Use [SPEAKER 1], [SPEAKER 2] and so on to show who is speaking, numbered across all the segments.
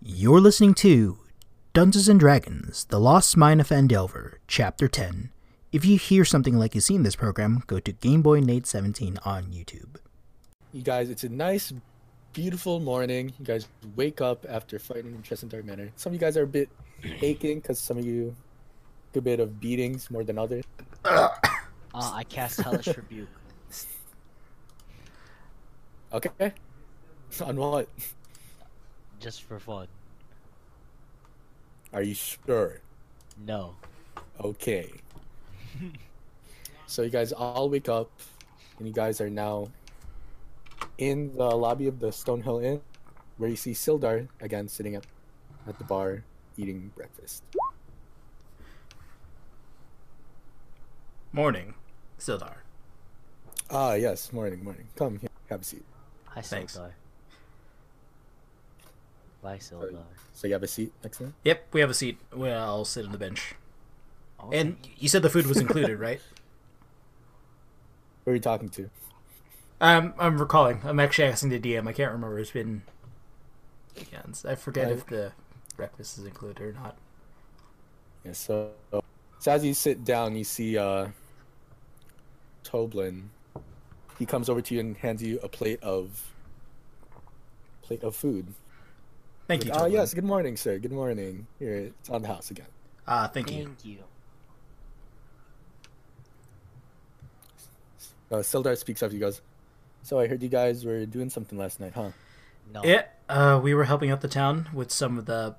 [SPEAKER 1] You're listening to Dungeons and Dragons: The Lost Mine of Andelver, Chapter 10. If you hear something like you see in this program, go to GameBoyNate17 on YouTube.
[SPEAKER 2] You guys, it's a nice, beautiful morning. You guys wake up after fighting in Chess and Dark Manor. Some of you guys are a bit aching because some of you took a bit of beatings more than others.
[SPEAKER 3] Uh, I cast Hellish Rebuke.
[SPEAKER 2] Okay. On what?
[SPEAKER 3] Just for fun.
[SPEAKER 2] Are you sure?
[SPEAKER 3] No.
[SPEAKER 2] Okay. so you guys all wake up, and you guys are now in the lobby of the Stonehill Inn, where you see Sildar again sitting at, at the bar eating breakfast.
[SPEAKER 1] Morning, Sildar.
[SPEAKER 2] Ah, yes, morning, morning. Come here, have a seat.
[SPEAKER 3] Hi,
[SPEAKER 1] Thanks.
[SPEAKER 3] Sildar. Bye, Sildar.
[SPEAKER 2] So you have a seat next to him?
[SPEAKER 1] Yep, we have a seat. Well, I'll sit on the bench.
[SPEAKER 3] Oh,
[SPEAKER 1] And you said the food was included, right?
[SPEAKER 2] Who are you talking to?
[SPEAKER 1] Um, I'm recalling. I'm actually asking the DM. I can't remember. It's been weekends. I forget
[SPEAKER 2] Right.
[SPEAKER 1] if the breakfast is included or not.
[SPEAKER 2] Yeah, so, so as you sit down, you see uh, Toblin. He comes over to you and hands you a plate of plate of food.
[SPEAKER 1] Thank you.
[SPEAKER 2] Oh
[SPEAKER 1] Tolan.
[SPEAKER 2] yes, good morning, sir. Good morning. Here it's on the house again.
[SPEAKER 1] Ah, thank you.
[SPEAKER 3] Thank you.
[SPEAKER 2] Uh, Sildar speaks up. He goes, "So I heard you guys were doing something last night, huh?
[SPEAKER 3] No.
[SPEAKER 1] Yeah, uh, we were helping out the town with some of the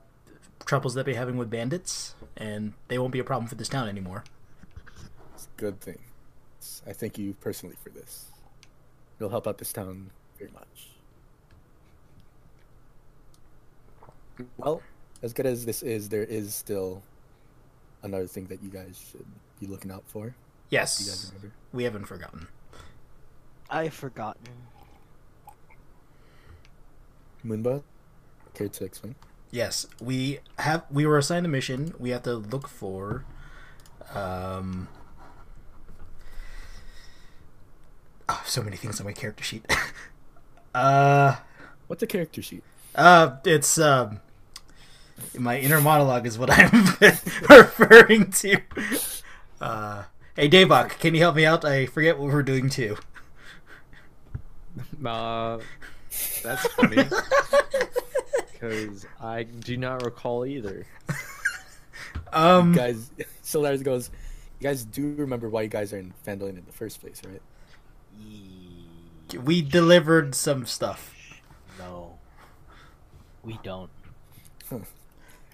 [SPEAKER 1] troubles that they're having with bandits, and they won't be a problem for this town anymore.
[SPEAKER 2] It's a good thing. It's- I thank you personally for this. You'll help out this town very much." Well, as good as this is, there is still another thing that you guys should be looking out for. You guys
[SPEAKER 1] Yes,
[SPEAKER 2] remember?
[SPEAKER 1] we haven't forgotten.
[SPEAKER 3] I've forgotten.
[SPEAKER 2] Moonba, care to explain?
[SPEAKER 1] Yes, we have. We were assigned a mission. We have to look for, um, oh, so many things on my character sheet. uh,
[SPEAKER 2] What's a character sheet?
[SPEAKER 1] uh, it's um, my inner monologue is what I'm referring to. Uh, hey, Davok, can you help me out? I forget what we're doing too.
[SPEAKER 4] Uh, that's funny because I do not recall either.
[SPEAKER 1] Um,
[SPEAKER 2] guys, Solaris goes, you guys do remember why you guys are in Fandolin in the first place, right?
[SPEAKER 3] Ye-
[SPEAKER 1] we delivered some stuff.
[SPEAKER 3] No. We don't.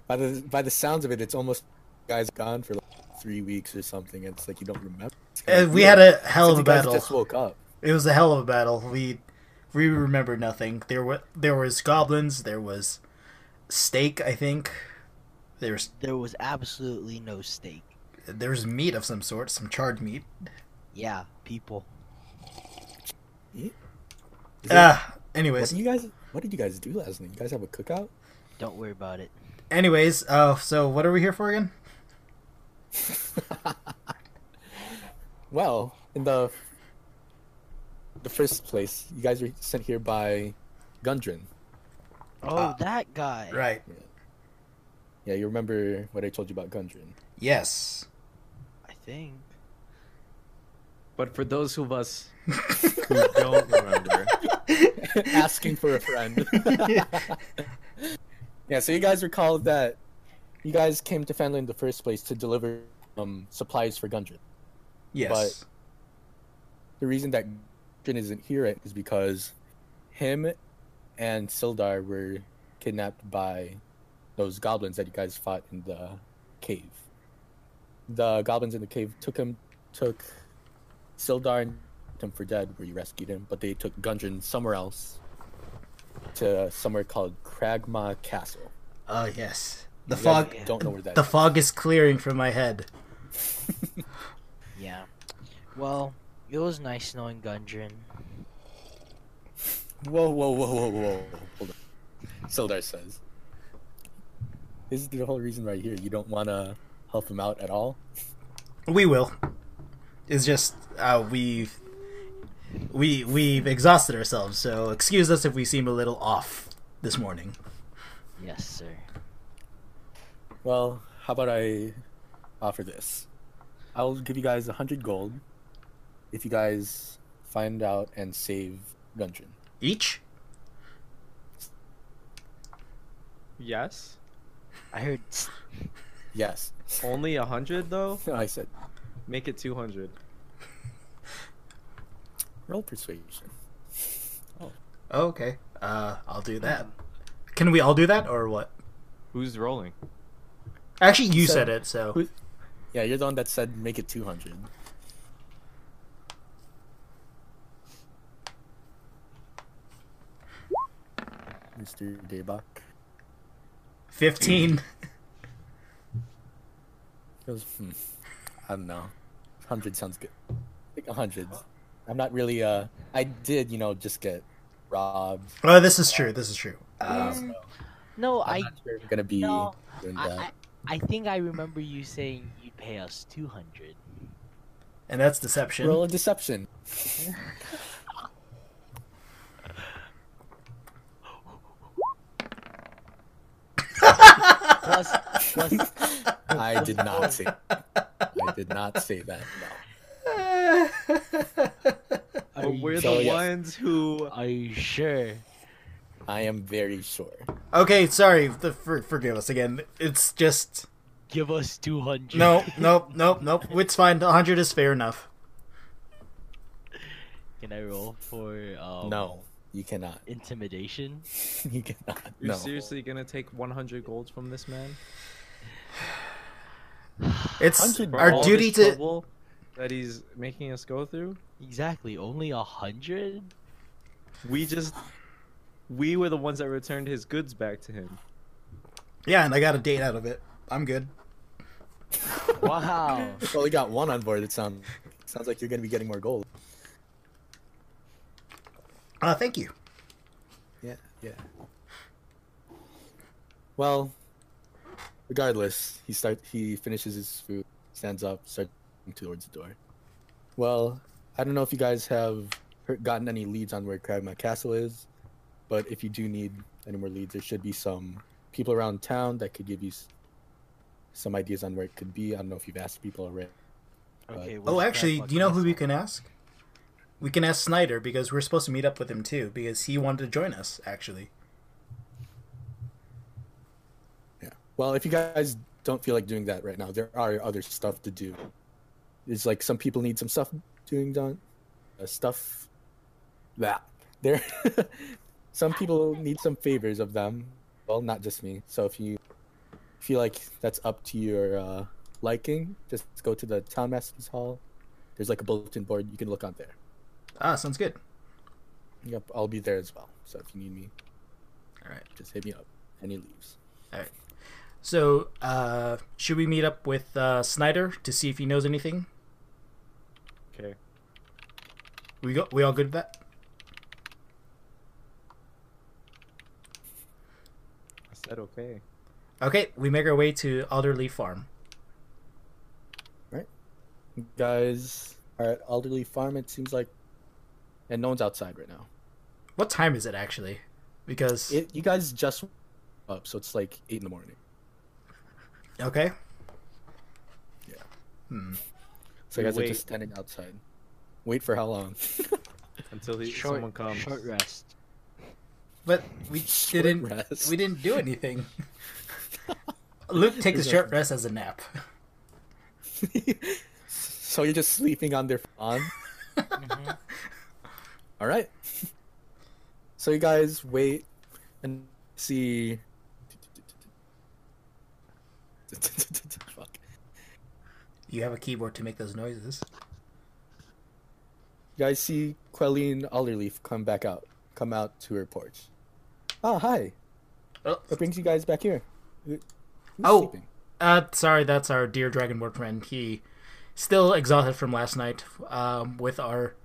[SPEAKER 2] By the by, the sounds of it, it's almost you guys gone for like three weeks or something. and It's like you don't remember. It's kinda
[SPEAKER 1] Uh, we
[SPEAKER 2] weird.
[SPEAKER 1] had a hell
[SPEAKER 2] Since
[SPEAKER 1] of a
[SPEAKER 2] you guys
[SPEAKER 1] battle.
[SPEAKER 2] Just woke up.
[SPEAKER 1] It was a hell of a battle. We we remember nothing. There were there was goblins. There was steak. I think there's
[SPEAKER 3] There was absolutely no stake.
[SPEAKER 1] there's meat of some sort, some charred meat.
[SPEAKER 3] Yeah, people.
[SPEAKER 2] Is it-
[SPEAKER 1] Ah,
[SPEAKER 2] what
[SPEAKER 1] anyways,
[SPEAKER 2] did you guys? What did you guys do last night? You guys have a cookout?
[SPEAKER 3] Don't worry about it.
[SPEAKER 1] anyways. Uh, so what are we here for again?
[SPEAKER 2] Well, in the the first place, you guys were sent here by Gundren.
[SPEAKER 3] Oh,
[SPEAKER 1] Ah.
[SPEAKER 3] that guy.
[SPEAKER 1] Right.
[SPEAKER 2] Yeah, you remember what I told you about Gundren?
[SPEAKER 1] Yes.
[SPEAKER 3] I think.
[SPEAKER 4] But for those of us who don't remember,
[SPEAKER 2] asking for a friend. yeah, so you guys recall that you guys came to Fanland in the first place to deliver um, supplies for Gundren.
[SPEAKER 1] Yes.
[SPEAKER 2] The reason that Gundren isn't here right, is because him and Sildar were kidnapped by those goblins that you guys fought in the cave. The goblins in the cave took him, took Sildar and took him for dead, where you rescued him, but they took Gundren somewhere else to somewhere called Kragma Castle.
[SPEAKER 1] Oh yes. The
[SPEAKER 2] You guys
[SPEAKER 1] fog.
[SPEAKER 2] Don't know where that
[SPEAKER 1] The
[SPEAKER 2] is.
[SPEAKER 1] fog is clearing from my head.
[SPEAKER 3] Yeah. Well, it was nice knowing Gundren.
[SPEAKER 2] Whoa, whoa, whoa, whoa, whoa. Hold on. Sildar says. This is the whole reason right here. You don't want to help him out at all?
[SPEAKER 1] We will. It's just uh, we've we we've exhausted ourselves, so excuse us if we seem a little off this morning.
[SPEAKER 3] Yes, sir.
[SPEAKER 2] Well, how about I offer this? I'll give you guys a hundred gold if you guys find out and save Gundren.
[SPEAKER 1] Each?
[SPEAKER 4] Yes.
[SPEAKER 3] I heard. s-
[SPEAKER 2] Yes,
[SPEAKER 4] Only a hundred though.
[SPEAKER 2] I said.
[SPEAKER 4] Make it two hundred.
[SPEAKER 2] Roll persuasion.
[SPEAKER 1] Oh, okay. Uh, I'll do that. Can we all do that or what?
[SPEAKER 4] Who's rolling?
[SPEAKER 1] Actually, you
[SPEAKER 2] So-
[SPEAKER 1] said it, so
[SPEAKER 2] Who- Yeah, you're the one that said make it two hundred. Mr. Daybach.
[SPEAKER 1] 15.
[SPEAKER 2] goes, hmm, I don't know. 100 sounds good. I think 100. I'm not really, uh, I did, you know, just get robbed.
[SPEAKER 1] oh, this is true. This is true.
[SPEAKER 2] so
[SPEAKER 1] Um,
[SPEAKER 3] No,
[SPEAKER 2] I'm
[SPEAKER 3] I.
[SPEAKER 2] not sure if I'm gonna be
[SPEAKER 3] No,
[SPEAKER 2] doing
[SPEAKER 3] I,
[SPEAKER 2] that.
[SPEAKER 3] I, I think I remember you saying you'd pay us two hundred.
[SPEAKER 1] and that's deception.
[SPEAKER 2] Roll a deception.
[SPEAKER 3] Plus, plus.
[SPEAKER 2] I did not say I did not say that. No.
[SPEAKER 3] Are
[SPEAKER 4] But
[SPEAKER 3] you,
[SPEAKER 4] we're
[SPEAKER 2] So,
[SPEAKER 4] the
[SPEAKER 2] yes.
[SPEAKER 4] ones who.
[SPEAKER 3] are you sure?
[SPEAKER 2] I am very sure.
[SPEAKER 1] okay, sorry. The, for, forgive us again. It's just.
[SPEAKER 3] Give us two hundred.
[SPEAKER 1] Nope, nope, nope, nope. It's fine. 100 is fair enough.
[SPEAKER 3] Can I roll for um,
[SPEAKER 2] No, you cannot.
[SPEAKER 3] intimidation?
[SPEAKER 2] You cannot.
[SPEAKER 4] You're
[SPEAKER 2] No.
[SPEAKER 4] seriously gonna take 100 golds from this man?
[SPEAKER 1] It's
[SPEAKER 2] 100
[SPEAKER 4] For
[SPEAKER 1] our
[SPEAKER 4] all
[SPEAKER 1] duty
[SPEAKER 4] this
[SPEAKER 1] to.
[SPEAKER 4] trouble that he's making us go through.
[SPEAKER 3] Exactly. Only a hundred.
[SPEAKER 4] We just. We were the ones that returned his goods back to him.
[SPEAKER 1] Yeah, and I got a date out of it. I'm good.
[SPEAKER 3] Wow.
[SPEAKER 2] Well, we got one on board. It sounds sounds like you're gonna be getting more gold.
[SPEAKER 1] Uh, thank you.
[SPEAKER 2] Yeah, yeah. Well, regardless, he start he finishes his food, stands up, starts walking towards the door. Well, I don't know if you guys have heard, gotten any leads on where Kragma Castle is, but if you do need any more leads, there should be some people around town that could give you s- some ideas on where it could be. I don't know if you've asked people already.
[SPEAKER 3] Okay.
[SPEAKER 1] Oh,
[SPEAKER 3] where's
[SPEAKER 1] actually,
[SPEAKER 3] Grandpa
[SPEAKER 1] do you know who we
[SPEAKER 3] Castle?
[SPEAKER 1] can ask? We can ask Snyder because we're supposed to meet up with him too because he wanted to join us actually.
[SPEAKER 2] Well, if you guys don't feel like doing that right now, there are other stuff to do. It's like some people need some stuff doing done, uh, stuff that there. some people need some favors of them. Well, not just me. So if you feel like that's up to your uh, liking, just go to the town master's hall. There's like a bulletin board you can look on there.
[SPEAKER 1] Ah, sounds good.
[SPEAKER 2] Yep, I'll be there as well. So if you need me,
[SPEAKER 1] All right.
[SPEAKER 2] just hit me up. And he leaves.
[SPEAKER 1] So, uh, should we meet up with uh, Snyder to see if he knows anything?
[SPEAKER 4] Okay.
[SPEAKER 1] We go. We all good with that?
[SPEAKER 4] I said okay.
[SPEAKER 1] Okay. We make our way to Alderley Farm.
[SPEAKER 2] You guys are at Alderley Farm, it seems like, and no one's outside right now.
[SPEAKER 1] What time is it actually? Because
[SPEAKER 2] It, you guys just up, so it's like eight in the morning.
[SPEAKER 1] okay.
[SPEAKER 2] Yeah.
[SPEAKER 1] Hmm.
[SPEAKER 2] So
[SPEAKER 4] We
[SPEAKER 2] you guys are
[SPEAKER 4] wait.
[SPEAKER 2] just standing outside. Wait for how long?
[SPEAKER 4] Until he,
[SPEAKER 3] Short,
[SPEAKER 4] someone comes.
[SPEAKER 3] short rest.
[SPEAKER 1] But we
[SPEAKER 2] Short
[SPEAKER 1] didn't.
[SPEAKER 2] rest.
[SPEAKER 1] We didn't do anything. Luke takes a short rest as a nap.
[SPEAKER 2] so you're just sleeping on their lawn.
[SPEAKER 3] Mhm.
[SPEAKER 2] All right. So you guys wait and see. Fuck.
[SPEAKER 1] You have a keyboard to make those noises.
[SPEAKER 2] You guys see Quelleen Alderleaf come back out, come out to her porch. Ah, hi.
[SPEAKER 1] Oh.
[SPEAKER 2] What brings you guys back here? Who- who's
[SPEAKER 1] Oh.
[SPEAKER 2] sleeping?
[SPEAKER 1] Uh, sorry, that's our dear dragonborn friend. He still exhausted from last night um, with our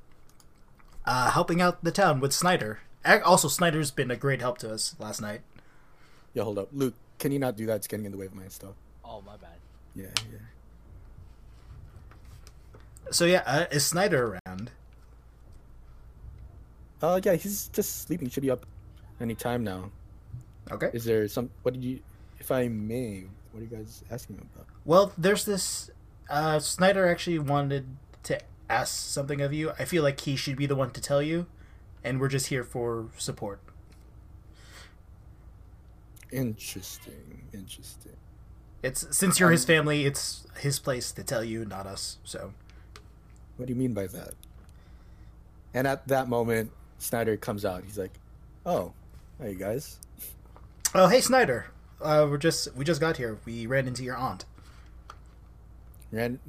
[SPEAKER 1] uh, helping out the town with Snyder. Ac- Also, Snyder's been a great help to us last night.
[SPEAKER 2] Yeah, hold up. Luke, can you not do that? It's getting in the way of my stuff.
[SPEAKER 3] Oh my bad.
[SPEAKER 2] Yeah, yeah.
[SPEAKER 1] So yeah, uh, is Snyder around?
[SPEAKER 2] Uh, yeah, he's just sleeping. Should be up any time now.
[SPEAKER 1] Okay.
[SPEAKER 2] Is there some? What did you? If I may, what are you guys asking about?
[SPEAKER 1] Well, there's this. Uh, Snyder actually wanted to ask something of you. I feel like he should be the one to tell you, and we're just here for support.
[SPEAKER 2] Interesting. Interesting.
[SPEAKER 1] It's since you're his
[SPEAKER 2] Um,
[SPEAKER 1] family, it's his place to tell you, not us. So
[SPEAKER 2] What do you mean by that? And at that moment, Snyder comes out. He's like, "Oh, hey guys."
[SPEAKER 1] Oh, hey Snyder. Uh, we're just we just got here. We ran into your aunt.
[SPEAKER 2] Ran-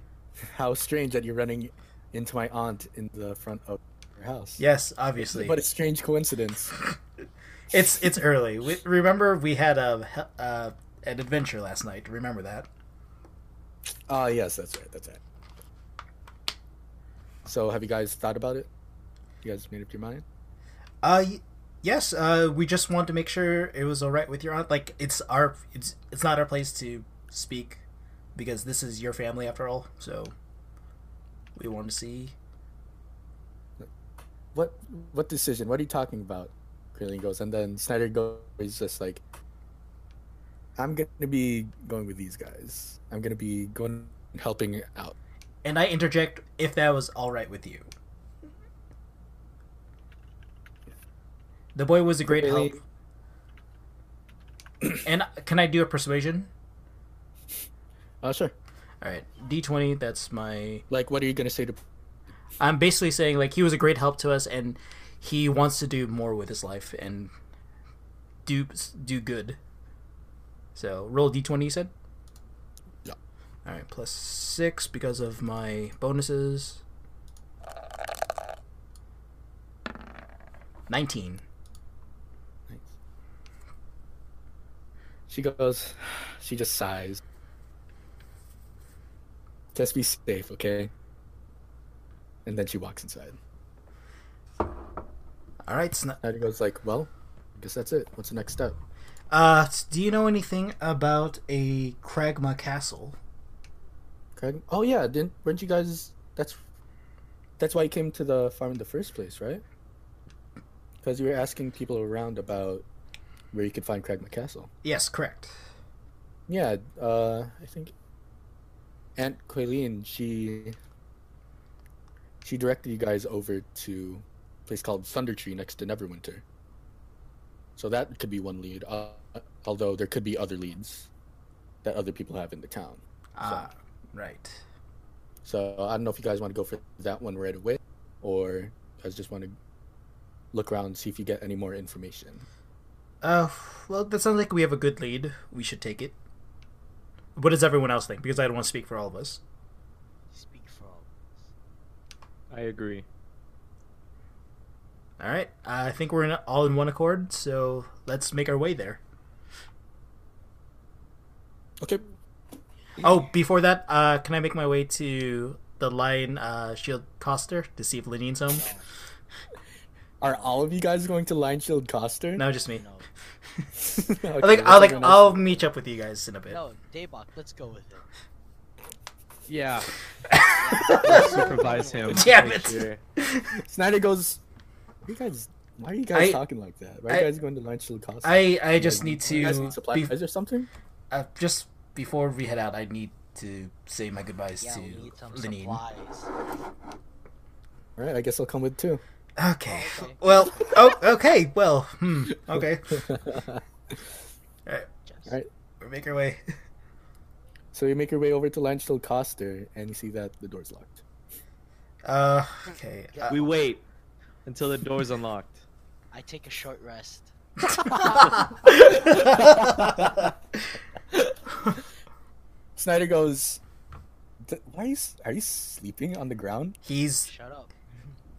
[SPEAKER 2] How strange that you're running into my aunt in the front of your house.
[SPEAKER 1] Yes, obviously.
[SPEAKER 2] What a strange coincidence.
[SPEAKER 1] it's it's early. We, remember we had a he- uh, an adventure last night. Remember that?
[SPEAKER 2] Ah, yes, that's right. That's right. So, have you guys thought about it? You guys made up your mind?
[SPEAKER 1] Uh y- yes, uh we just want to make sure it was all right with your aunt. Like it's our it's it's not our place to speak because this is your family after all. So we want to see
[SPEAKER 2] What What decision? What are you talking about? Krillin goes, and then Snyder goes. He's just like, "I'm gonna be going with these guys. I'm gonna be going helping out."
[SPEAKER 1] and I interject if that was all right with you. The boy was a great
[SPEAKER 2] Really?
[SPEAKER 1] help. and can I do a persuasion?
[SPEAKER 2] Oh, sure.
[SPEAKER 1] All right, D twenty. That's my.
[SPEAKER 2] Like, what are you gonna say to?
[SPEAKER 1] I'm basically saying like he was a great help to us, and he wants to do more with his life and do do good. So roll D twenty. You said.
[SPEAKER 2] Yeah.
[SPEAKER 1] All right, plus six because of my bonuses. Nineteen.
[SPEAKER 2] She goes. She just sighs. Just be safe, okay? And then she walks inside.
[SPEAKER 1] All right, Sn-
[SPEAKER 2] Snyder goes like, "Well, I guess that's it. What's the next step?"
[SPEAKER 1] Uh, s- do you know anything about a Kragma castle?
[SPEAKER 2] Craig? Oh yeah, didn't weren't you guys? That's that's why you came to the farm in the first place, right? Because you were asking people around about where you could find Cragma Castle.
[SPEAKER 1] Yes, correct.
[SPEAKER 2] Yeah, uh, I think Aunt Quaileen she she directed you guys over to a place called Thunder Tree next to Neverwinter. So that could be one lead, uh, although there could be other leads that other people have in the town.
[SPEAKER 1] Ah, right.
[SPEAKER 2] So I don't know if you guys want to go for that one right away, or you guys just want to look around and see if you get any more information.
[SPEAKER 1] Uh, well, that sounds like we have a good lead. We should take it. What does everyone else think? Because I don't want to speak for all of us.
[SPEAKER 3] Speak for all.
[SPEAKER 4] I agree.
[SPEAKER 1] All right, I think we're in all in one accord, so let's make our way there.
[SPEAKER 2] Okay.
[SPEAKER 1] Oh, before that, uh, can I make my way to the Lion uh, Shield Coster to see if Linian's home?
[SPEAKER 2] Are all of you guys going to Lion Shield Coster?
[SPEAKER 1] No, just me.
[SPEAKER 3] No.
[SPEAKER 2] Okay,
[SPEAKER 1] I think
[SPEAKER 2] what's
[SPEAKER 1] I'll like
[SPEAKER 2] everyone
[SPEAKER 1] I'll
[SPEAKER 2] else-
[SPEAKER 1] meet up with you guys in a bit.
[SPEAKER 3] No, Daybok, let's go with it.
[SPEAKER 4] Yeah. Let's supervise him.
[SPEAKER 1] Damn
[SPEAKER 4] make
[SPEAKER 1] it.
[SPEAKER 4] sure.
[SPEAKER 2] Snyder goes. You guys, why are you guys
[SPEAKER 1] I-
[SPEAKER 2] talking like that? Why are
[SPEAKER 1] I-
[SPEAKER 2] you guys going to Lion Shield Coster?
[SPEAKER 1] I I just need
[SPEAKER 2] You guys
[SPEAKER 1] to
[SPEAKER 2] need supplies
[SPEAKER 1] be,
[SPEAKER 2] or something?
[SPEAKER 1] uh, just before we head out, I need to say my goodbyes
[SPEAKER 3] Yeah,
[SPEAKER 1] to
[SPEAKER 3] we need some
[SPEAKER 1] Lenine.
[SPEAKER 3] supplies.
[SPEAKER 2] All right, I guess I'll come with too.
[SPEAKER 1] Okay.
[SPEAKER 3] Oh, okay.
[SPEAKER 1] Well. Oh. Okay. Well. Hmm. Okay. All right.
[SPEAKER 3] Just-
[SPEAKER 2] Alright.
[SPEAKER 1] We make our way.
[SPEAKER 2] so you make your way over to Lion Shield Coster, and you see that the door's locked.
[SPEAKER 1] Uh. Okay. uh,
[SPEAKER 4] We wait until the door's unlocked.
[SPEAKER 3] I take a short rest.
[SPEAKER 2] Snyder goes, "D- "Why are you, s- are you sleeping on the ground?"
[SPEAKER 1] He's.
[SPEAKER 3] Shut up.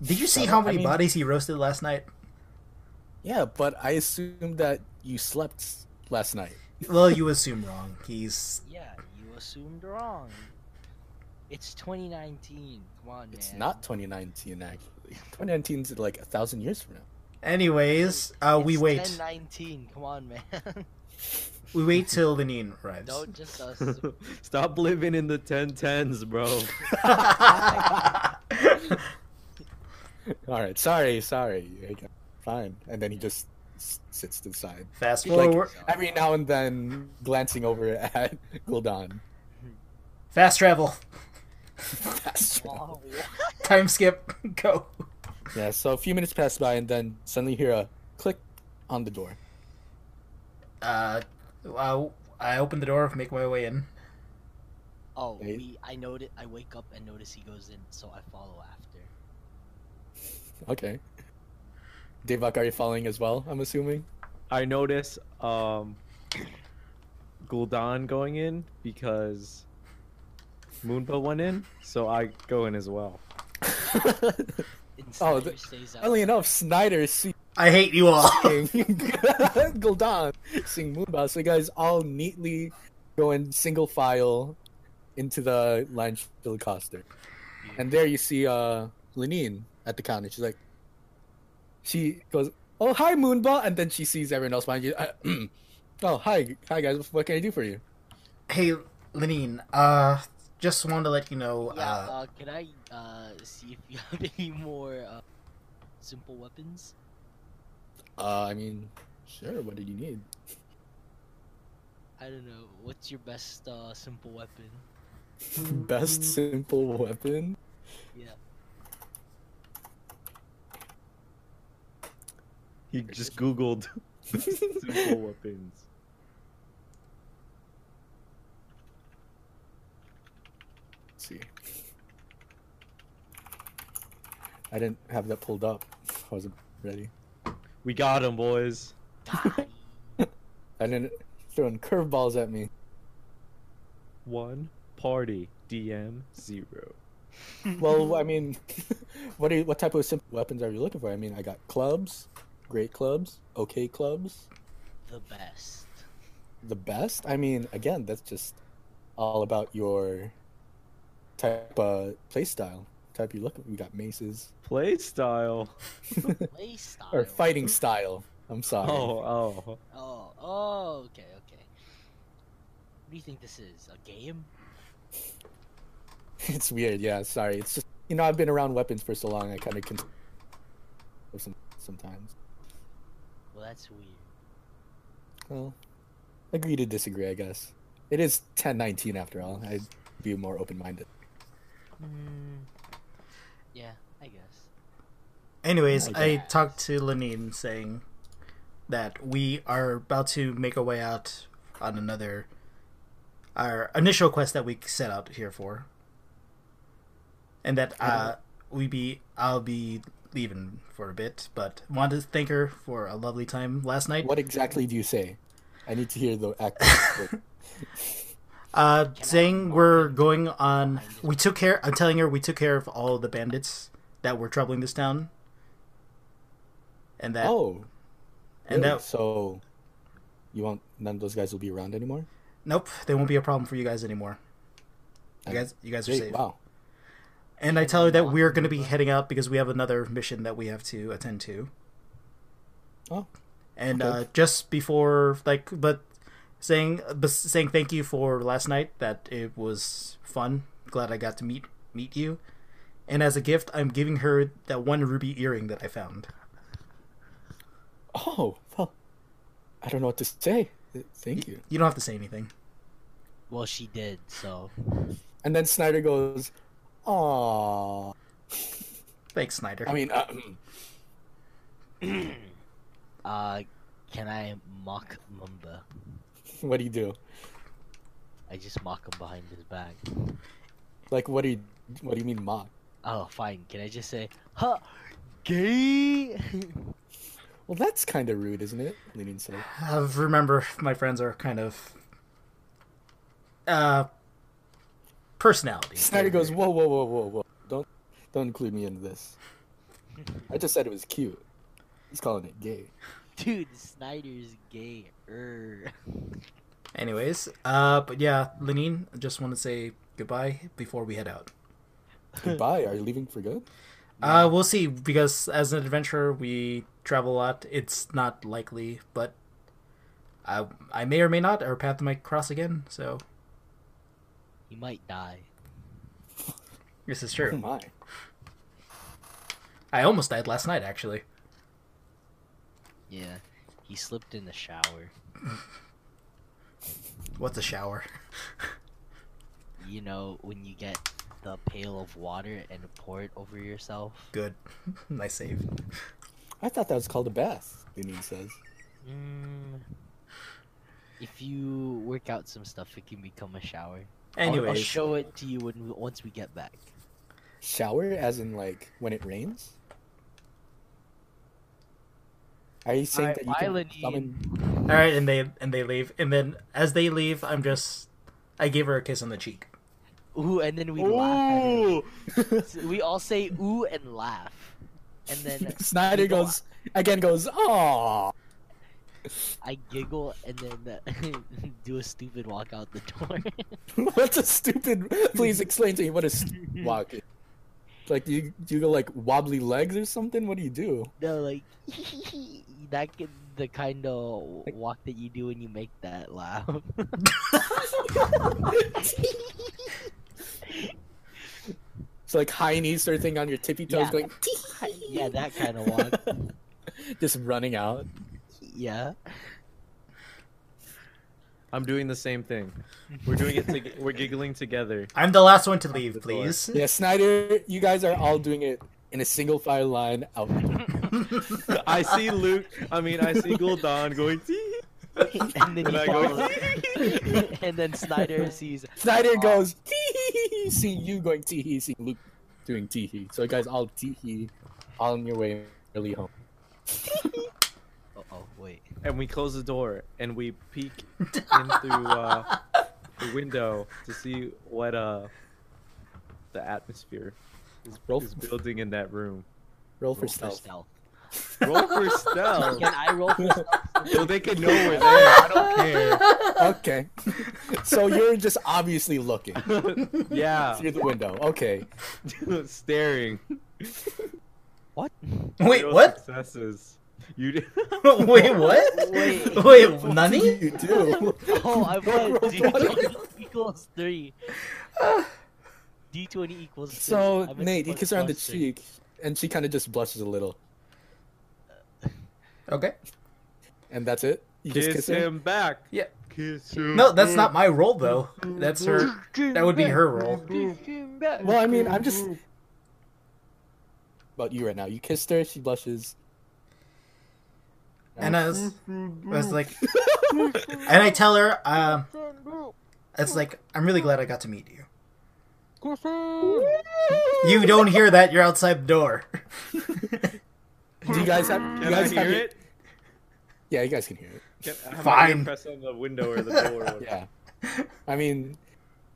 [SPEAKER 1] Did you see
[SPEAKER 2] Shut
[SPEAKER 1] how
[SPEAKER 2] up. I
[SPEAKER 1] many
[SPEAKER 2] mean-
[SPEAKER 1] bodies he roasted last night?
[SPEAKER 2] Yeah, but I assume that you slept s- last night.
[SPEAKER 1] Well, you assume wrong. He's.
[SPEAKER 3] Yeah, you assumed wrong. It's 2019. Come on,
[SPEAKER 2] It's
[SPEAKER 3] man.
[SPEAKER 2] not 2019 actually. 2019's like a thousand years from now.
[SPEAKER 1] Anyways, uh, we
[SPEAKER 3] It's
[SPEAKER 1] wait.
[SPEAKER 3] 1019. Come on, man.
[SPEAKER 1] We wait till Lenine arrives.
[SPEAKER 3] Don't just us.
[SPEAKER 4] Stop living in the 1010s, bro.
[SPEAKER 2] All right, sorry, sorry. Fine. And then he just s- sits to the side.
[SPEAKER 1] Fast
[SPEAKER 2] Like,
[SPEAKER 1] forward.
[SPEAKER 2] every now and then glancing over at Gul'dan.
[SPEAKER 1] Fast travel.
[SPEAKER 2] That's-
[SPEAKER 3] Oh,
[SPEAKER 1] Time skip. Go.
[SPEAKER 2] yeah, so a few minutes pass by and then suddenly hear a click on the door.
[SPEAKER 1] Uh, I, I open the door, make my way in.
[SPEAKER 3] oh
[SPEAKER 2] Hey.
[SPEAKER 3] we, I noted. I wake up and notice he goes in, so I follow after.
[SPEAKER 2] Oh, Okay. Devak, are you following as well? I'm assuming.
[SPEAKER 4] I notice um Gul'dan going in because Moonpa went in, so I go in as well.
[SPEAKER 3] And
[SPEAKER 2] Oh,
[SPEAKER 3] Snyder
[SPEAKER 2] th-
[SPEAKER 3] stays out.
[SPEAKER 2] Funnily enough, Snyder is seeing
[SPEAKER 1] I hate you all.
[SPEAKER 2] Gul'dan seeing Moonba, so you guys all neatly go in single file into the lunch filicoster. And there you see uh Lenine at the counter. She's like, she goes, "Oh hi Moonba," and then she sees everyone else behind you. oh hi, hi guys. What can I do for you?
[SPEAKER 1] hey, Lenine. Uh, just wanted to let you know.
[SPEAKER 3] Yeah,
[SPEAKER 1] uh,
[SPEAKER 3] uh, can I uh, see if you have any more uh, simple weapons?
[SPEAKER 2] Uh, I mean, sure. What did you need?
[SPEAKER 3] I don't know. What's your best uh, simple weapon?
[SPEAKER 2] Best simple weapon.
[SPEAKER 3] Yeah.
[SPEAKER 4] He just Googled simple weapons.
[SPEAKER 2] see. I didn't have that pulled up. I wasn't ready.
[SPEAKER 4] We got him, boys.
[SPEAKER 3] God,
[SPEAKER 2] I didn't throwing curveballs at me.
[SPEAKER 4] One party DM zero.
[SPEAKER 2] Well, I mean, what are you, what type of simple weapons are you looking for? I mean, I got clubs, great clubs, okay clubs,
[SPEAKER 3] the best.
[SPEAKER 2] the best. I mean, again, that's just all about your type of play style, type you look. We got maces
[SPEAKER 4] Play style.
[SPEAKER 3] Play style.
[SPEAKER 2] or fighting style. I'm sorry.
[SPEAKER 4] Oh, oh.
[SPEAKER 3] Oh, oh, okay, okay. What do you think this is? A game?
[SPEAKER 2] It's weird, yeah. Sorry, it's just you know I've been around weapons for so long. I kind of can. or some- Sometimes.
[SPEAKER 3] Well, that's weird.
[SPEAKER 2] Well, agree to disagree, I guess. It is ten nineteen after all. I'd be more open minded.
[SPEAKER 3] Hmm. Yeah, I guess.
[SPEAKER 1] Anyways,
[SPEAKER 2] Like
[SPEAKER 1] I
[SPEAKER 2] that.
[SPEAKER 1] talked to Lenine saying that we are about to make our way out on another our initial quest that we set out here for, and that uh, we be I'll be leaving for a bit, but wanted to thank her for a lovely time last night.
[SPEAKER 2] What exactly do you say? I need to hear the act.
[SPEAKER 1] Uh,
[SPEAKER 3] I-
[SPEAKER 1] saying we're going on.
[SPEAKER 3] I just-
[SPEAKER 1] We took care. I'm telling her we took care of all the bandits that were troubling this town, and that
[SPEAKER 2] oh,
[SPEAKER 1] and
[SPEAKER 2] really?
[SPEAKER 1] that
[SPEAKER 2] so you won't? None of those guys will be around anymore.
[SPEAKER 1] Nope, they won't be a problem for you guys anymore. You guys, you guys are
[SPEAKER 2] Great,
[SPEAKER 1] safe.
[SPEAKER 2] Wow.
[SPEAKER 1] And I tell her that we're going to be heading out because we have another mission that we have to attend to.
[SPEAKER 2] Oh,
[SPEAKER 1] And
[SPEAKER 2] Okay.
[SPEAKER 1] uh, just before, like, but saying, but saying thank you for last night. That it was fun. Glad I got to meet meet you. And as a gift, I'm giving her that one ruby earring that I found.
[SPEAKER 2] oh well. I don't know what to say. Thank you.
[SPEAKER 1] You don't have to say anything.
[SPEAKER 3] Well, she did, so.
[SPEAKER 2] And then Snyder goes, "Aww."
[SPEAKER 1] Thanks, Snyder.
[SPEAKER 2] I mean, uh,
[SPEAKER 3] uh, can I mock Mumba?
[SPEAKER 2] what do you do?
[SPEAKER 3] I just mock him behind his back.
[SPEAKER 2] Like, what do you, what do you mean mock?
[SPEAKER 3] Oh, fine. Can I just say, huh, gay?
[SPEAKER 2] Well, that's kind of rude, isn't it? Leaning said.
[SPEAKER 1] Uh, remember, my friends are kind of uh personality.
[SPEAKER 2] Snyder goes, whoa, whoa, whoa, whoa, whoa! Don't, don't include me in this. I just said it was cute. He's calling it gay.
[SPEAKER 3] Dude, Snyder's gay. Er.
[SPEAKER 1] Anyways, uh, but yeah, Lenine, I just want to say goodbye before we head out.
[SPEAKER 2] Goodbye. Are you leaving for good?
[SPEAKER 1] Uh, we'll see because as an adventurer, we travel a lot. It's not likely, but I I may or may not. Our path might cross again. So
[SPEAKER 3] He might die.
[SPEAKER 1] this is
[SPEAKER 2] Oh
[SPEAKER 1] true.
[SPEAKER 2] my!
[SPEAKER 1] I almost died last night, actually.
[SPEAKER 3] Yeah. He slipped in the shower.
[SPEAKER 1] What's a shower?
[SPEAKER 3] You know, when you get the pail of water and pour it over yourself.
[SPEAKER 1] Good. nice save.
[SPEAKER 2] I thought that was called a bath. Lenin says.
[SPEAKER 3] Mm, if you work out some stuff, it can become a shower. I'll- I'll,
[SPEAKER 1] Anyways,
[SPEAKER 3] show it to you when we, once we get back.
[SPEAKER 2] Shower, as in like when it rains. Are you saying
[SPEAKER 3] I-
[SPEAKER 2] that you
[SPEAKER 3] I,
[SPEAKER 2] can
[SPEAKER 3] Lenin.
[SPEAKER 2] summon?
[SPEAKER 1] all right, and they and they leave, and then as they leave, I'm just I gave her a kiss on the cheek.
[SPEAKER 3] Ooh, and then we laugh. At her. we all say ooh and laugh, and then
[SPEAKER 2] Snyder
[SPEAKER 3] giggle-
[SPEAKER 2] goes again. Goes oh.
[SPEAKER 3] I giggle and then uh, do a stupid walk out the door.
[SPEAKER 2] What's a stupid? Please explain to me what a stu- walk. is. Like do you do you go like wobbly legs or something? What do you do?
[SPEAKER 3] no, like that could, the kind of walk that you do when you make that laugh.
[SPEAKER 2] It's like high knees sort of thing on your tippy toes,
[SPEAKER 3] Yeah.
[SPEAKER 2] going
[SPEAKER 3] yeah, that kind of walk.
[SPEAKER 2] just running out.
[SPEAKER 3] Yeah.
[SPEAKER 4] I'm doing the same thing. We're doing it. To, we're giggling together.
[SPEAKER 1] I'm the last one to
[SPEAKER 4] the
[SPEAKER 1] leave,
[SPEAKER 4] door.
[SPEAKER 1] please.
[SPEAKER 2] Yeah, Snyder, you guys are all doing it in a single file line out.
[SPEAKER 4] I see Luke. I mean, I see Gul'dan going. "Tee-hee."
[SPEAKER 3] and then
[SPEAKER 4] And
[SPEAKER 3] you
[SPEAKER 4] I go,
[SPEAKER 3] follow. and then Snyder sees.
[SPEAKER 2] Snyder goes tee see you going tee hee, see Luke doing tee hee. So you guys all tee hee, all on your way early home.
[SPEAKER 3] Oh, oh wait.
[SPEAKER 4] and we close the door and we peek in through uh, the window to see what uh the atmosphere is,
[SPEAKER 2] Roll-
[SPEAKER 4] is building in that room.
[SPEAKER 2] Roll for
[SPEAKER 3] Roll for
[SPEAKER 2] stealth.
[SPEAKER 3] stealth.
[SPEAKER 4] Roll for stealth,
[SPEAKER 3] Can I roll for stealth?
[SPEAKER 4] so they can know we're there. I
[SPEAKER 2] okay. So you're just obviously looking
[SPEAKER 4] don't. Yeah,
[SPEAKER 2] through the window. Okay.
[SPEAKER 4] staring.
[SPEAKER 3] What?
[SPEAKER 1] Wait,
[SPEAKER 4] Zero
[SPEAKER 1] what?
[SPEAKER 4] Successes. You. did-
[SPEAKER 1] Wait, what?
[SPEAKER 3] Wait.
[SPEAKER 1] Wait,
[SPEAKER 2] What do
[SPEAKER 1] Nani?
[SPEAKER 2] you do?
[SPEAKER 3] Oh, I
[SPEAKER 2] Roll- roll
[SPEAKER 3] won.
[SPEAKER 2] twenty.
[SPEAKER 3] D20 equals three. D20 equals three.
[SPEAKER 2] So
[SPEAKER 3] I meant
[SPEAKER 2] Nate, you
[SPEAKER 3] plus
[SPEAKER 2] kiss her on the
[SPEAKER 3] plus three.
[SPEAKER 2] cheek, and she kind of just blushes a little,
[SPEAKER 1] Okay.
[SPEAKER 2] and that's it. You
[SPEAKER 4] Kiss,
[SPEAKER 2] just kiss her.
[SPEAKER 4] him back.
[SPEAKER 1] Yeah.
[SPEAKER 4] Kiss him.
[SPEAKER 1] No, that's not my role though. That's her. That would be her role.
[SPEAKER 2] Well, I mean, I'm just about you right now. You kissed her, she blushes.
[SPEAKER 1] And I was, I was like, and I tell her, um, it's like I'm really glad I got to meet you. You don't hear that? You're outside the door.
[SPEAKER 2] Do you guys have? you
[SPEAKER 4] Can I
[SPEAKER 2] guys
[SPEAKER 4] hear
[SPEAKER 2] have your-
[SPEAKER 4] it?
[SPEAKER 2] Yeah, you guys can hear it.
[SPEAKER 4] Can, how about you
[SPEAKER 1] Fine.
[SPEAKER 4] Press on the window or the door. or-
[SPEAKER 2] Yeah. I mean,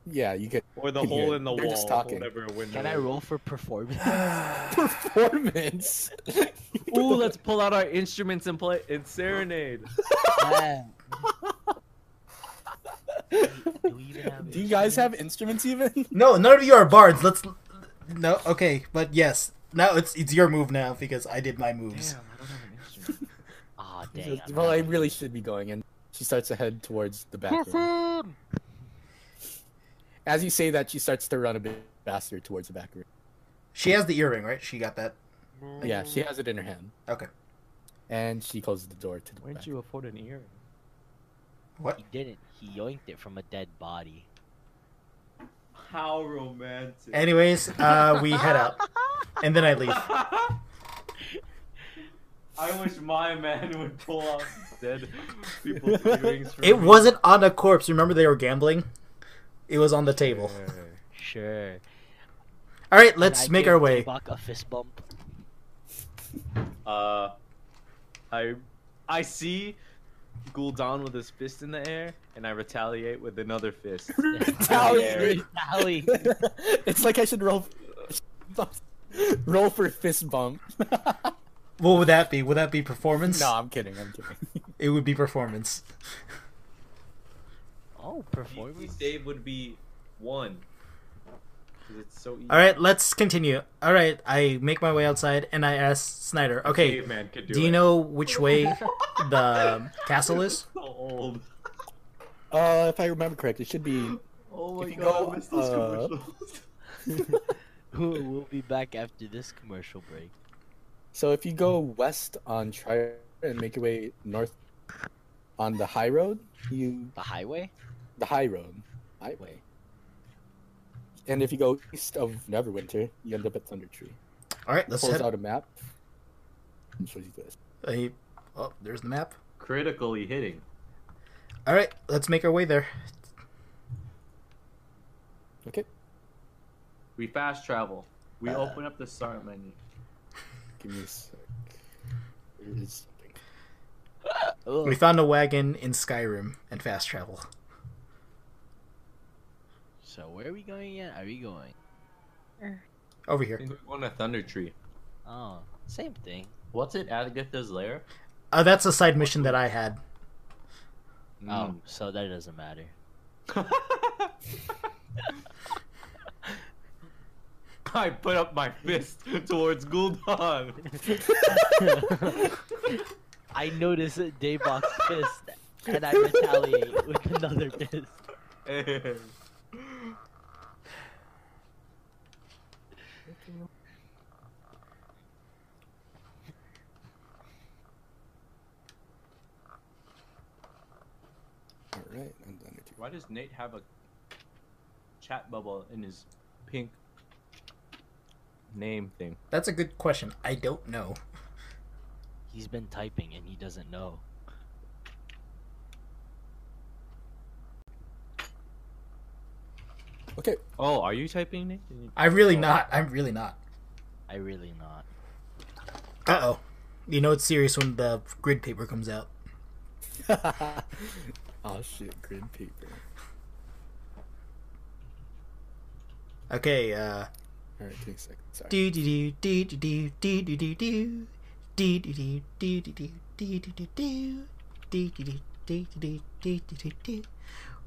[SPEAKER 2] yeah, you could
[SPEAKER 4] Or the
[SPEAKER 2] Can hear
[SPEAKER 4] hole
[SPEAKER 2] it.
[SPEAKER 4] in the
[SPEAKER 2] They're
[SPEAKER 4] wall.
[SPEAKER 2] just talking.
[SPEAKER 4] Whatever window.
[SPEAKER 3] Can I roll for performance?
[SPEAKER 2] performance.
[SPEAKER 4] Ooh, let's pull out our instruments and play and serenade.
[SPEAKER 3] Yeah. Wait, do we even have
[SPEAKER 2] Do you guys have
[SPEAKER 3] instruments?
[SPEAKER 2] instruments even?
[SPEAKER 1] No, none of you are bards. Let's. No, okay, but yes. Now it's it's your move now because I did my moves.
[SPEAKER 4] I don't have an instrument.
[SPEAKER 3] Aw, dang. I'm
[SPEAKER 2] well,
[SPEAKER 3] not
[SPEAKER 2] I
[SPEAKER 3] gonna
[SPEAKER 2] really
[SPEAKER 3] do
[SPEAKER 2] should be going, and she starts to head towards the bathroom. As you say that, she starts to run a bit faster towards the back room.
[SPEAKER 1] She has the earring, right? She got that.
[SPEAKER 2] Yeah, she has it in her hand,
[SPEAKER 1] Okay.
[SPEAKER 2] and she closes the door to the
[SPEAKER 4] Where'd
[SPEAKER 2] back.
[SPEAKER 4] you afford an earring?
[SPEAKER 3] it.
[SPEAKER 1] What?
[SPEAKER 3] He didn't. He yoinked it from a dead body.
[SPEAKER 4] How romantic.
[SPEAKER 1] Anyways, uh, we head out, and then I leave.
[SPEAKER 4] I wish my man would pull out dead people's earrings. For
[SPEAKER 1] It
[SPEAKER 4] me.
[SPEAKER 1] wasn't on a corpse. Remember they were gambling. It was on the table.
[SPEAKER 3] Sure.
[SPEAKER 1] All right,
[SPEAKER 3] Can
[SPEAKER 1] let's
[SPEAKER 3] I
[SPEAKER 1] make
[SPEAKER 3] give
[SPEAKER 1] our way.
[SPEAKER 3] Tuvok a fist bump.
[SPEAKER 4] Uh, I, I see Gul'dan with his fist in the air, and I retaliate with another fist.
[SPEAKER 2] Retaliate.
[SPEAKER 3] Allie,
[SPEAKER 2] it's like I should roll. Roll for fist bump.
[SPEAKER 1] What would that be? Would that be performance?
[SPEAKER 2] no, I'm kidding. I'm kidding.
[SPEAKER 1] It would be performance.
[SPEAKER 3] Oh,
[SPEAKER 4] Forward
[SPEAKER 3] performance.
[SPEAKER 4] save would be one. 'Cause it's so easy.
[SPEAKER 1] All right, let's continue. All right, I make my way outside and I ask Snyder, okay,
[SPEAKER 4] Caveman could do,
[SPEAKER 1] do you
[SPEAKER 4] it.
[SPEAKER 1] know which way the castle is?
[SPEAKER 4] So old.
[SPEAKER 2] Uh, if I remember correct, it should be
[SPEAKER 4] Oh
[SPEAKER 2] If
[SPEAKER 4] my
[SPEAKER 2] you
[SPEAKER 4] god,
[SPEAKER 2] go
[SPEAKER 4] I miss those
[SPEAKER 2] up-
[SPEAKER 4] commercials.
[SPEAKER 3] Ooh, we'll be back after this commercial break.
[SPEAKER 2] So if you go west on Trier and make your way north on the high road, you
[SPEAKER 3] The highway?
[SPEAKER 2] the high road, highway. And if you go east of Neverwinter, you end up at Thunder Tree.
[SPEAKER 1] All right, let's
[SPEAKER 2] pulls
[SPEAKER 1] head.
[SPEAKER 2] out a map. and shows you this.
[SPEAKER 1] Hey, oh, there's the map.
[SPEAKER 4] Critically hitting.
[SPEAKER 1] All right, let's make our way there.
[SPEAKER 2] Okay,
[SPEAKER 4] We fast travel. We
[SPEAKER 2] Uh.
[SPEAKER 4] open up the start menu.
[SPEAKER 2] give me a sec. There is something.
[SPEAKER 3] Ugh.
[SPEAKER 1] We found a wagon in Skyrim and fast travel.
[SPEAKER 3] So where are we going yet? Are we going?
[SPEAKER 1] Over
[SPEAKER 5] I
[SPEAKER 1] here.
[SPEAKER 5] think
[SPEAKER 4] We're going to Thunder Tree.
[SPEAKER 3] Oh, same thing.
[SPEAKER 4] What's in Agatha's lair?
[SPEAKER 1] Uh, that's a side mission that I had.
[SPEAKER 4] Mm.
[SPEAKER 3] Oh, so that doesn't matter.
[SPEAKER 4] I put up my fist towards Gul'dan.
[SPEAKER 3] I notice a Daybox fist, and I retaliate with another fist.
[SPEAKER 2] All right, I'm done with you.
[SPEAKER 4] Why does Nate have a chat bubble in his pink name thing?
[SPEAKER 1] That's a good question. I don't know.
[SPEAKER 3] He's been typing and he doesn't know.
[SPEAKER 2] Okay,
[SPEAKER 4] Oh, are you typing Nate? Did you-
[SPEAKER 1] I'm really not. I'm really not.
[SPEAKER 3] I really not.
[SPEAKER 1] Uh oh. You know it's serious when the grid paper comes out.
[SPEAKER 2] oh shit, grid paper.
[SPEAKER 1] Okay. Uh.
[SPEAKER 2] All right, give me a second. Sorry.
[SPEAKER 1] Do do do do do do do do do do do do do do do do do do do do do do do do do do do.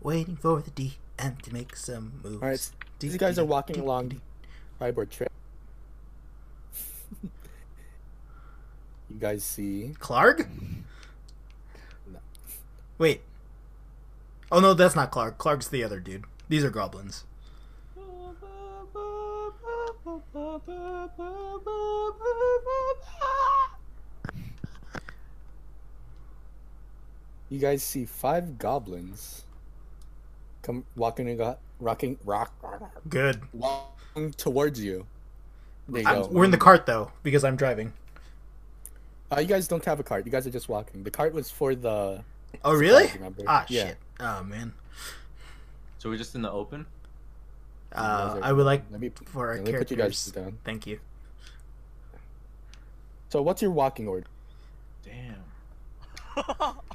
[SPEAKER 1] Waiting for the DM to make some moves.
[SPEAKER 2] All right, so these guys are walking along Hybrid Trail. you guys see?
[SPEAKER 1] Clark?
[SPEAKER 2] No.
[SPEAKER 1] Wait. Oh no, that's not Clark. Clark's the other dude. These are goblins.
[SPEAKER 2] You guys see five goblins come walking and go, rocking rock, rock, rock
[SPEAKER 1] Good.
[SPEAKER 2] walking towards you. They
[SPEAKER 1] I'm-
[SPEAKER 2] go.
[SPEAKER 1] we're in the cart though because I'm driving.
[SPEAKER 2] Uh, you guys don't have a cart. You guys are just walking. The cart was for the.
[SPEAKER 1] Oh really?
[SPEAKER 2] supplies, remember?
[SPEAKER 1] Ah
[SPEAKER 2] Yeah.
[SPEAKER 1] shit. Oh man.
[SPEAKER 4] So we're just in the open?
[SPEAKER 1] Uh,
[SPEAKER 2] Those are-
[SPEAKER 1] I would like
[SPEAKER 2] Let me,
[SPEAKER 1] for our
[SPEAKER 2] let me put you guys
[SPEAKER 1] characters.
[SPEAKER 2] down.
[SPEAKER 1] Thank you.
[SPEAKER 2] So, what's your walking order?
[SPEAKER 4] Damn.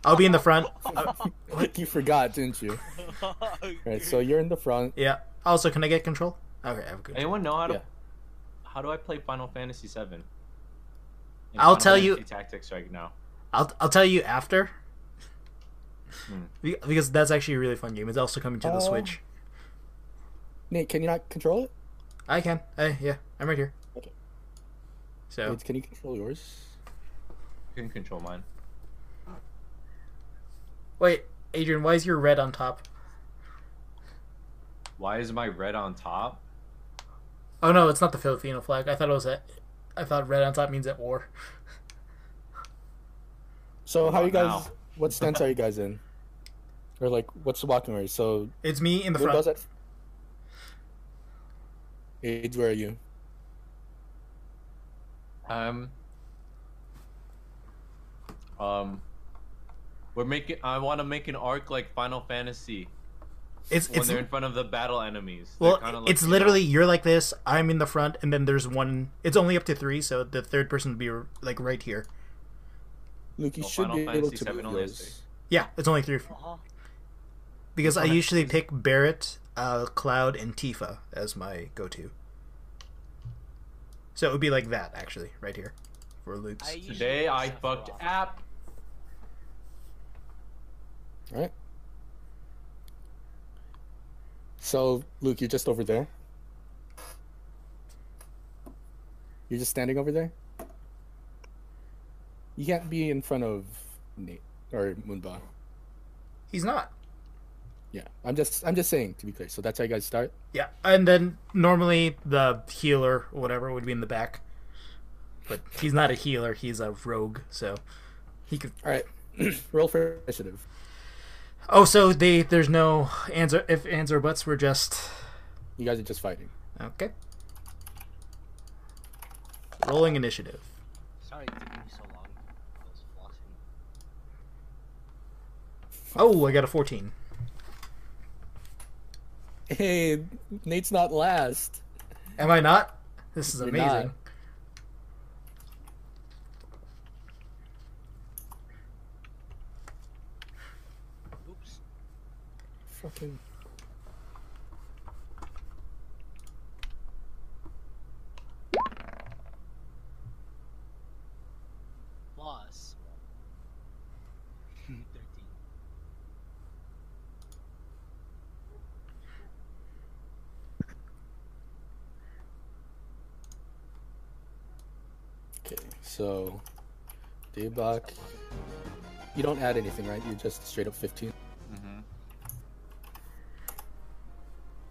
[SPEAKER 1] I'll be in the front.
[SPEAKER 2] you forgot, didn't you? Right. So you're in the front.
[SPEAKER 1] Yeah. Also, can I get control? Okay, I'm good.
[SPEAKER 4] Anyone know how to
[SPEAKER 2] Yeah.
[SPEAKER 4] how do I play Final Fantasy VII? In
[SPEAKER 1] I'll
[SPEAKER 4] Final
[SPEAKER 1] tell you-
[SPEAKER 4] Fantasy tactics right now.
[SPEAKER 1] I'll I'll tell you after.
[SPEAKER 4] Hmm.
[SPEAKER 1] Be- Because that's actually a really fun game. It's also coming to the
[SPEAKER 2] Oh.
[SPEAKER 1] Switch.
[SPEAKER 2] Nate, can you not control it?
[SPEAKER 1] I can. I, yeah, I'm right here.
[SPEAKER 2] Okay.
[SPEAKER 1] So
[SPEAKER 2] Nate, can you control yours?
[SPEAKER 4] You can control mine.
[SPEAKER 1] wait, Adrian, why is your red on top?
[SPEAKER 4] Why is my red on top?
[SPEAKER 1] Oh no, it's not the Filipino flag. I thought it was at. I thought red on top means at war.
[SPEAKER 2] So how
[SPEAKER 4] on
[SPEAKER 2] you guys?
[SPEAKER 4] now.
[SPEAKER 2] What stance are you guys in? Or like, what's the walking order? So
[SPEAKER 1] It's me in the
[SPEAKER 2] Who
[SPEAKER 1] front.
[SPEAKER 2] does it? Age, where are you?
[SPEAKER 4] Um. Um. We're making. I want to make an arc like Final Fantasy
[SPEAKER 1] It's
[SPEAKER 4] when
[SPEAKER 1] it's
[SPEAKER 4] they're in front of the battle enemies. They're kinda
[SPEAKER 1] well,
[SPEAKER 4] like,
[SPEAKER 1] it's
[SPEAKER 4] you know,
[SPEAKER 1] literally you're like this. I'm in the front, and then there's one. It's only up to three, so the third person would be like right here.
[SPEAKER 2] Luke, you
[SPEAKER 4] Oh,
[SPEAKER 2] should
[SPEAKER 4] Final
[SPEAKER 2] be able
[SPEAKER 4] Fantasy
[SPEAKER 2] to
[SPEAKER 4] VII
[SPEAKER 2] move
[SPEAKER 4] only has
[SPEAKER 2] yours.
[SPEAKER 1] Yeah, it's only three because I usually pick Barrett, uh, Cloud, and Tifa as my go-to. So it would be like that actually, right here, for Luke's.
[SPEAKER 3] I-
[SPEAKER 4] Today I fucked
[SPEAKER 3] Sephiroth.
[SPEAKER 4] app.
[SPEAKER 2] All right. So, Luke, you're just over there. You're just standing over there. You can't be in front of Nate or Moonba.
[SPEAKER 1] He's not.
[SPEAKER 2] Yeah, I'm just, I'm just saying to be clear. So that's how you guys start.
[SPEAKER 1] Yeah, and then normally the healer, or whatever, would be in the back. But he's not a healer; he's a rogue, so he could.
[SPEAKER 2] All right. roll for initiative.
[SPEAKER 1] Oh, so they there's no ands or, if ands or buts. We're just
[SPEAKER 2] You guys are just fighting.
[SPEAKER 1] okay. Rolling initiative.
[SPEAKER 3] Sorry it took me so long. I was flossing.
[SPEAKER 1] Oh, I got a fourteen.
[SPEAKER 2] Hey, Nate's not last.
[SPEAKER 1] Am I not? This is
[SPEAKER 2] You're
[SPEAKER 1] amazing.
[SPEAKER 2] not.
[SPEAKER 3] Oops.
[SPEAKER 2] Fucking.
[SPEAKER 3] Plus. Thirteen.
[SPEAKER 2] Okay, so Daybok, you don't add anything, right? You're just straight up 15. Mm-hmm.
[SPEAKER 6] Mhm.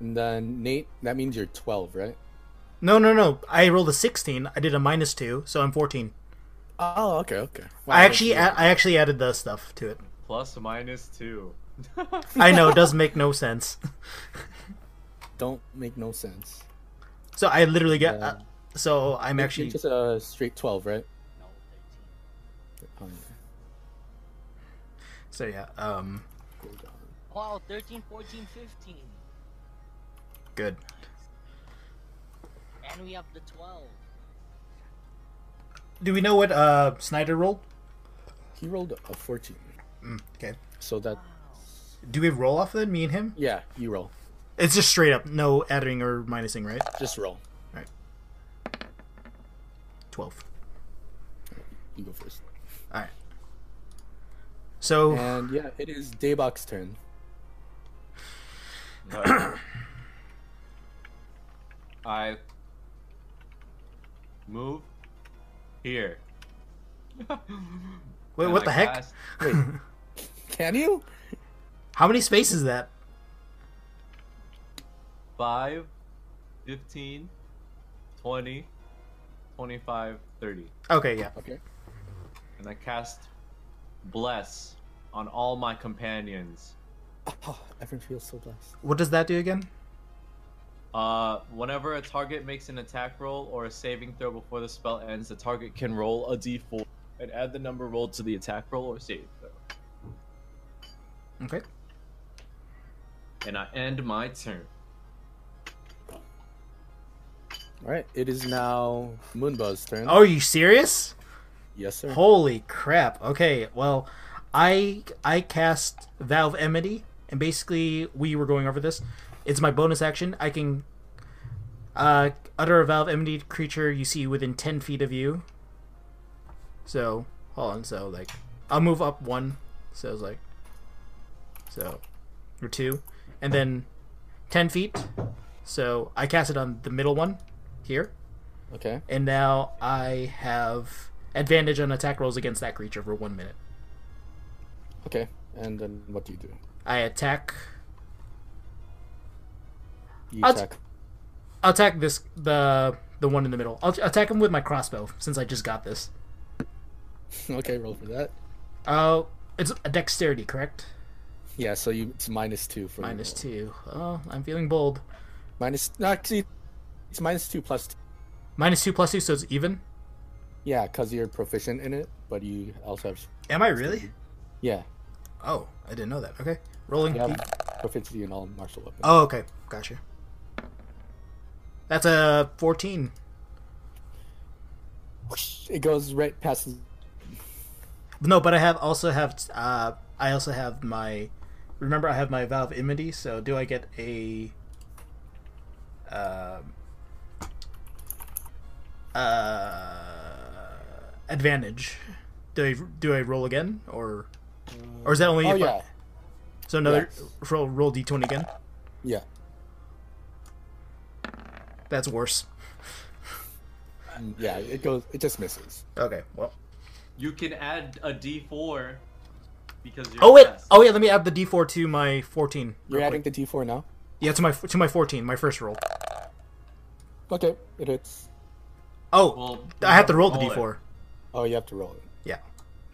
[SPEAKER 2] And then Nate, that means you're 12, right?
[SPEAKER 1] No, no, no. I rolled a sixteen. I did a minus two, so I'm fourteen.
[SPEAKER 2] Oh, okay, okay.
[SPEAKER 1] I actually, a- I actually added the stuff to it.
[SPEAKER 6] Plus minus two.
[SPEAKER 1] I know it does make no sense.
[SPEAKER 2] don't make no sense.
[SPEAKER 1] So I literally get.
[SPEAKER 2] Yeah.
[SPEAKER 1] Uh, so I'm
[SPEAKER 2] You're
[SPEAKER 1] actually.
[SPEAKER 2] just a straight 12, right?
[SPEAKER 3] No, thirteen.
[SPEAKER 2] Oh, yeah.
[SPEAKER 1] So yeah. Um.
[SPEAKER 2] Hold on.
[SPEAKER 3] Wow, 13, 14, 15.
[SPEAKER 1] Good.
[SPEAKER 3] And we have the 12.
[SPEAKER 1] Do we know what uh Snyder rolled?
[SPEAKER 2] He rolled a 14,
[SPEAKER 1] Mm, okay.
[SPEAKER 2] so that
[SPEAKER 3] Wow.
[SPEAKER 1] Do we roll off then? Me and him.
[SPEAKER 2] yeah, you roll.
[SPEAKER 1] It's just straight up, no adding or minusing, right?
[SPEAKER 2] Just roll.
[SPEAKER 1] Twelve.
[SPEAKER 2] You go first.
[SPEAKER 1] All right. So
[SPEAKER 2] And yeah, it is Daybok's turn.
[SPEAKER 6] But I move here.
[SPEAKER 1] wait,
[SPEAKER 6] And
[SPEAKER 1] what
[SPEAKER 6] I
[SPEAKER 1] the heck?
[SPEAKER 6] cast-
[SPEAKER 2] Wait, can you?
[SPEAKER 1] How many spaces is that?
[SPEAKER 6] 5, 15, 20, 25, 30.
[SPEAKER 1] Okay, yeah.
[SPEAKER 2] Okay.
[SPEAKER 6] And I cast Bless on all my companions.
[SPEAKER 2] Oh, everyone feels so blessed.
[SPEAKER 1] What does that do again?
[SPEAKER 6] Uh, whenever a target makes an attack roll or a saving throw before the spell ends, the target can roll a d4 and add the number rolled to the attack roll or save throw.
[SPEAKER 1] Okay.
[SPEAKER 6] And I end my turn.
[SPEAKER 2] All right, it is now Moonbuzz' turn.
[SPEAKER 1] Oh, are you serious?
[SPEAKER 2] yes, sir.
[SPEAKER 1] Holy crap. Okay, well, I I cast Valve Emity, and basically we were going over this. It's my bonus action. I can uh, utter a Valve Emity creature you see within ten feet of you. So hold on. So like, I'll move up one. So it's like, so or two, and then ten feet. So I cast it on the middle one here
[SPEAKER 2] Okay.
[SPEAKER 1] and now I have advantage on attack rolls against that creature for one minute.
[SPEAKER 2] Okay. And then what do you do?
[SPEAKER 1] I attack.
[SPEAKER 2] You
[SPEAKER 1] I'll t-
[SPEAKER 2] attack.
[SPEAKER 1] I'll attack this the the one in the middle. I'll attack him with my crossbow since I just got this.
[SPEAKER 2] okay, roll for that.
[SPEAKER 1] Oh, it's a dexterity, correct?
[SPEAKER 2] Yeah, so you it's minus two for your
[SPEAKER 1] Minus
[SPEAKER 2] roll.
[SPEAKER 1] two. Oh, I'm feeling bold.
[SPEAKER 2] Minus no, actually, it's minus two plus. Two.
[SPEAKER 1] Minus two plus two, so it's even.
[SPEAKER 2] Yeah, cause you're proficient in it, but you also have
[SPEAKER 1] Am I really?
[SPEAKER 2] yeah,
[SPEAKER 1] Oh, I didn't know that. Okay, rolling.
[SPEAKER 2] you have proficiency in all martial weapons.
[SPEAKER 1] Oh, okay, gotcha. That's a fourteen.
[SPEAKER 2] Whoosh, It goes right past. his-
[SPEAKER 1] No, but I have also have uh I also have my remember I have my valve immunity, so do I get a um uh advantage? Do I do I roll again or or is that only
[SPEAKER 2] Oh
[SPEAKER 1] if I-
[SPEAKER 2] yeah,
[SPEAKER 1] so another
[SPEAKER 2] Yes.
[SPEAKER 1] roll roll d twenty again?
[SPEAKER 2] yeah.
[SPEAKER 1] That's worse.
[SPEAKER 2] Mm, Yeah, it goes. It just misses.
[SPEAKER 1] Okay, well.
[SPEAKER 6] You can add a d4 because you're
[SPEAKER 1] Oh wait,
[SPEAKER 6] blessed.
[SPEAKER 1] oh yeah, let me add the d four to my fourteen.
[SPEAKER 2] You're
[SPEAKER 1] real
[SPEAKER 2] adding
[SPEAKER 1] quick.
[SPEAKER 2] the D4 now.
[SPEAKER 1] yeah to my to my fourteen, my first roll.
[SPEAKER 2] Okay, it hits.
[SPEAKER 1] Oh,
[SPEAKER 6] Well,
[SPEAKER 1] I have to roll the
[SPEAKER 6] roll it.
[SPEAKER 1] d four.
[SPEAKER 2] Oh, you have to roll it.
[SPEAKER 1] Yeah.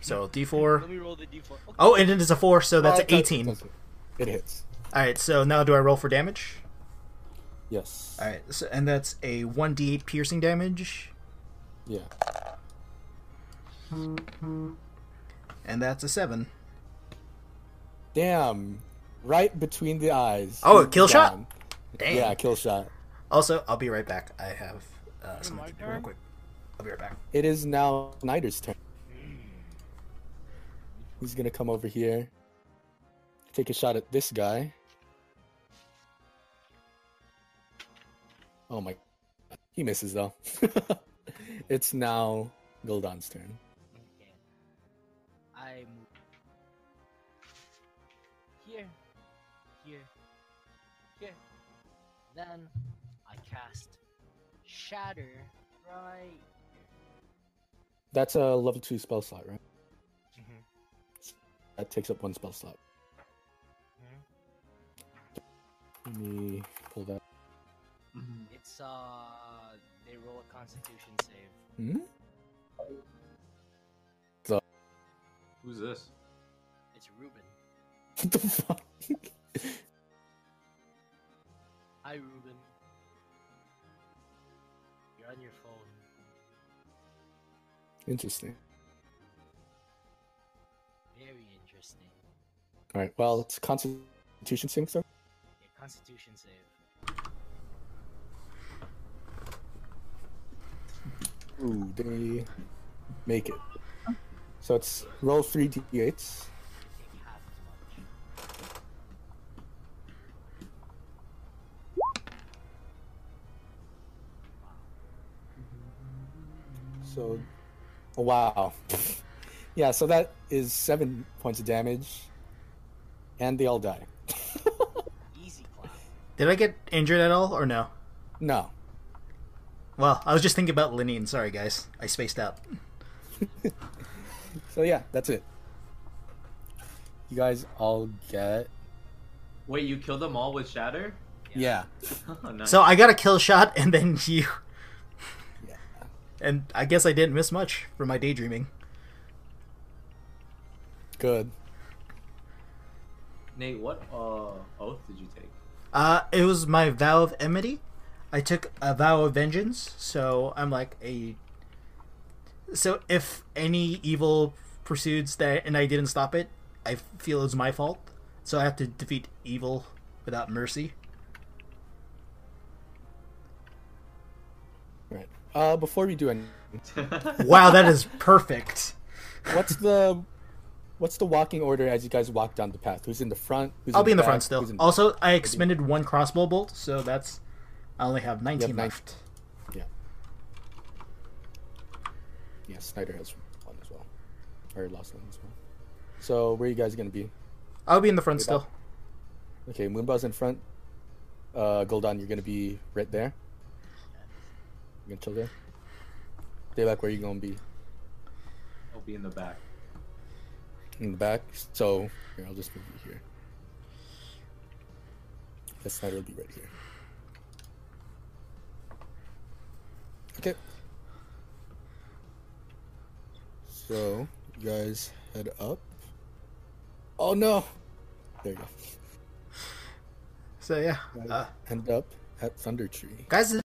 [SPEAKER 1] So D4.
[SPEAKER 3] Let me roll the d4. Okay.
[SPEAKER 1] Hmm. Oh, and it is a 4, so that's
[SPEAKER 2] Uh,
[SPEAKER 1] an 18. All
[SPEAKER 2] that's- It hits.
[SPEAKER 1] right, so now do I roll for damage?
[SPEAKER 2] Yes.
[SPEAKER 1] All right, so, and that's a 1d8 piercing damage,
[SPEAKER 2] Yeah.
[SPEAKER 1] and that's a 7.
[SPEAKER 2] Damn. Right between the eyes.
[SPEAKER 1] Oh, a kill shot?
[SPEAKER 2] Down.
[SPEAKER 1] Dang.
[SPEAKER 2] Yeah, kill shot.
[SPEAKER 1] Also, I'll be right back. I have uh,
[SPEAKER 3] my
[SPEAKER 1] something to do real
[SPEAKER 3] turn?
[SPEAKER 1] quick. I'll be right back.
[SPEAKER 2] It is now Snyder's turn. He's gonna come over here, take a shot at this guy. Oh my! He misses though. it's now Goldon's turn.
[SPEAKER 3] Okay. I move here, here, here. Then I cast Shatter right.
[SPEAKER 2] That's a level two spell slot, right?
[SPEAKER 3] Mhm.
[SPEAKER 2] That takes up one spell slot. Let me pull that.
[SPEAKER 6] Mm-hmm.
[SPEAKER 3] It's uh, they roll a Constitution save.
[SPEAKER 2] Hmm?
[SPEAKER 6] Who's this?
[SPEAKER 3] It's Ruben.
[SPEAKER 2] What the fuck?
[SPEAKER 3] Hi, Ruben. You're on your phone.
[SPEAKER 2] Interesting.
[SPEAKER 3] Very interesting.
[SPEAKER 2] All right. Well, it's Constitution saving throw.
[SPEAKER 3] Yeah, Constitution save.
[SPEAKER 2] Ooh, they make it. So it's roll three d8s.
[SPEAKER 3] Take half as much.
[SPEAKER 2] So, oh, wow. yeah, so that is seven points of damage, and they all die.
[SPEAKER 3] Easy clap.
[SPEAKER 1] Did I get injured at all, or no?
[SPEAKER 2] No,
[SPEAKER 1] Well, I was just thinking about Linnean. Sorry, guys. I spaced out.
[SPEAKER 2] so yeah, that's it. You guys all get
[SPEAKER 6] Wait, you killed them all with shatter?
[SPEAKER 2] yeah.
[SPEAKER 6] Oh, nice.
[SPEAKER 1] So I got a kill shot, and then you.
[SPEAKER 2] Yeah.
[SPEAKER 1] And I guess I didn't miss much from my daydreaming.
[SPEAKER 2] good.
[SPEAKER 6] Nate, what uh, oath did you take?
[SPEAKER 1] Uh, it was my vow of enmity. I took a vow of vengeance, so I'm like a. So if any evil pursues that and I didn't stop it, I feel it's my fault. So I have to defeat evil without mercy.
[SPEAKER 2] Right. Uh, before we do any,
[SPEAKER 1] Wow, that is perfect.
[SPEAKER 2] what's the what's the walking order as you guys walk down the path? Who's in the front? Who's
[SPEAKER 1] I'll be in the
[SPEAKER 2] back?
[SPEAKER 1] front still.
[SPEAKER 2] Who's in-
[SPEAKER 1] Also, I expended one crossbow bolt, so that's I only have 19
[SPEAKER 2] nine-
[SPEAKER 1] left.
[SPEAKER 2] Yeah, Snyder has one as well. Or lost one as well. So where you guys gonna be?
[SPEAKER 1] I'll be in the front
[SPEAKER 2] You're
[SPEAKER 1] still.
[SPEAKER 2] Okay, Moonbow's in front. Uh Goldon, you're gonna be right there. You're gonna chill there. Dayback, where you gonna be?
[SPEAKER 6] I'll be in the back.
[SPEAKER 2] In the back. So here, I'll just move you here. The Snyder will be right here. Okay. So you guys head up. Oh no! There you go.
[SPEAKER 1] So yeah, uh,
[SPEAKER 2] End up at Thunder Tree.
[SPEAKER 1] guys,